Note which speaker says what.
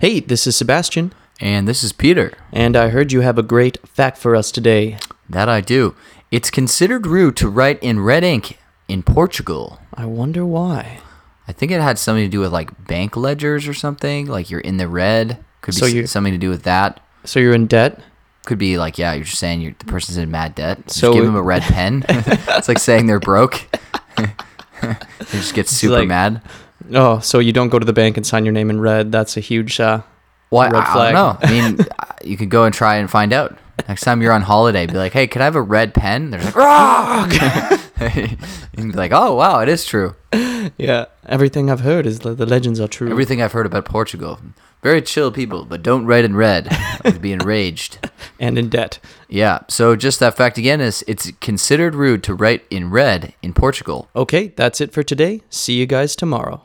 Speaker 1: Hey, this is Sebastian,
Speaker 2: And this is Peter.
Speaker 1: and I heard you have a great fact for us today.
Speaker 2: That I do. It's considered rude to write in red ink in Portugal.
Speaker 1: I wonder why.
Speaker 2: I think it had something to do with like bank ledgers or something. Like you're in the red. Could be
Speaker 1: So
Speaker 2: s-
Speaker 1: you-
Speaker 2: something to do with that.
Speaker 1: So you're in debt?
Speaker 2: Could be like, yeah, you're just saying you're, the person's in mad debt. Just
Speaker 1: So
Speaker 2: give
Speaker 1: it-
Speaker 2: them a red pen. it's like saying they're broke. they just get super
Speaker 1: like-
Speaker 2: mad.
Speaker 1: Oh, so you don't go to the bank and sign your name in red. That's a huge uh
Speaker 2: Well,
Speaker 1: Red
Speaker 2: I,
Speaker 1: flag.
Speaker 2: I don't know. I mean, I- you could go and try and find out. Next time you're on holiday, be like, hey, can I have a red pen? They're like, rock! you can be like, oh, wow, it is true.
Speaker 1: Yeah. Everything I've heard is that the legends are true.
Speaker 2: Everything I've heard about Portugal. Very chill people, but don't write in red. I'd be enraged.
Speaker 1: and in debt.
Speaker 2: Yeah, so just that fact again is it's considered rude to write in red in Portugal.
Speaker 1: Okay, that's it for today. See you guys tomorrow.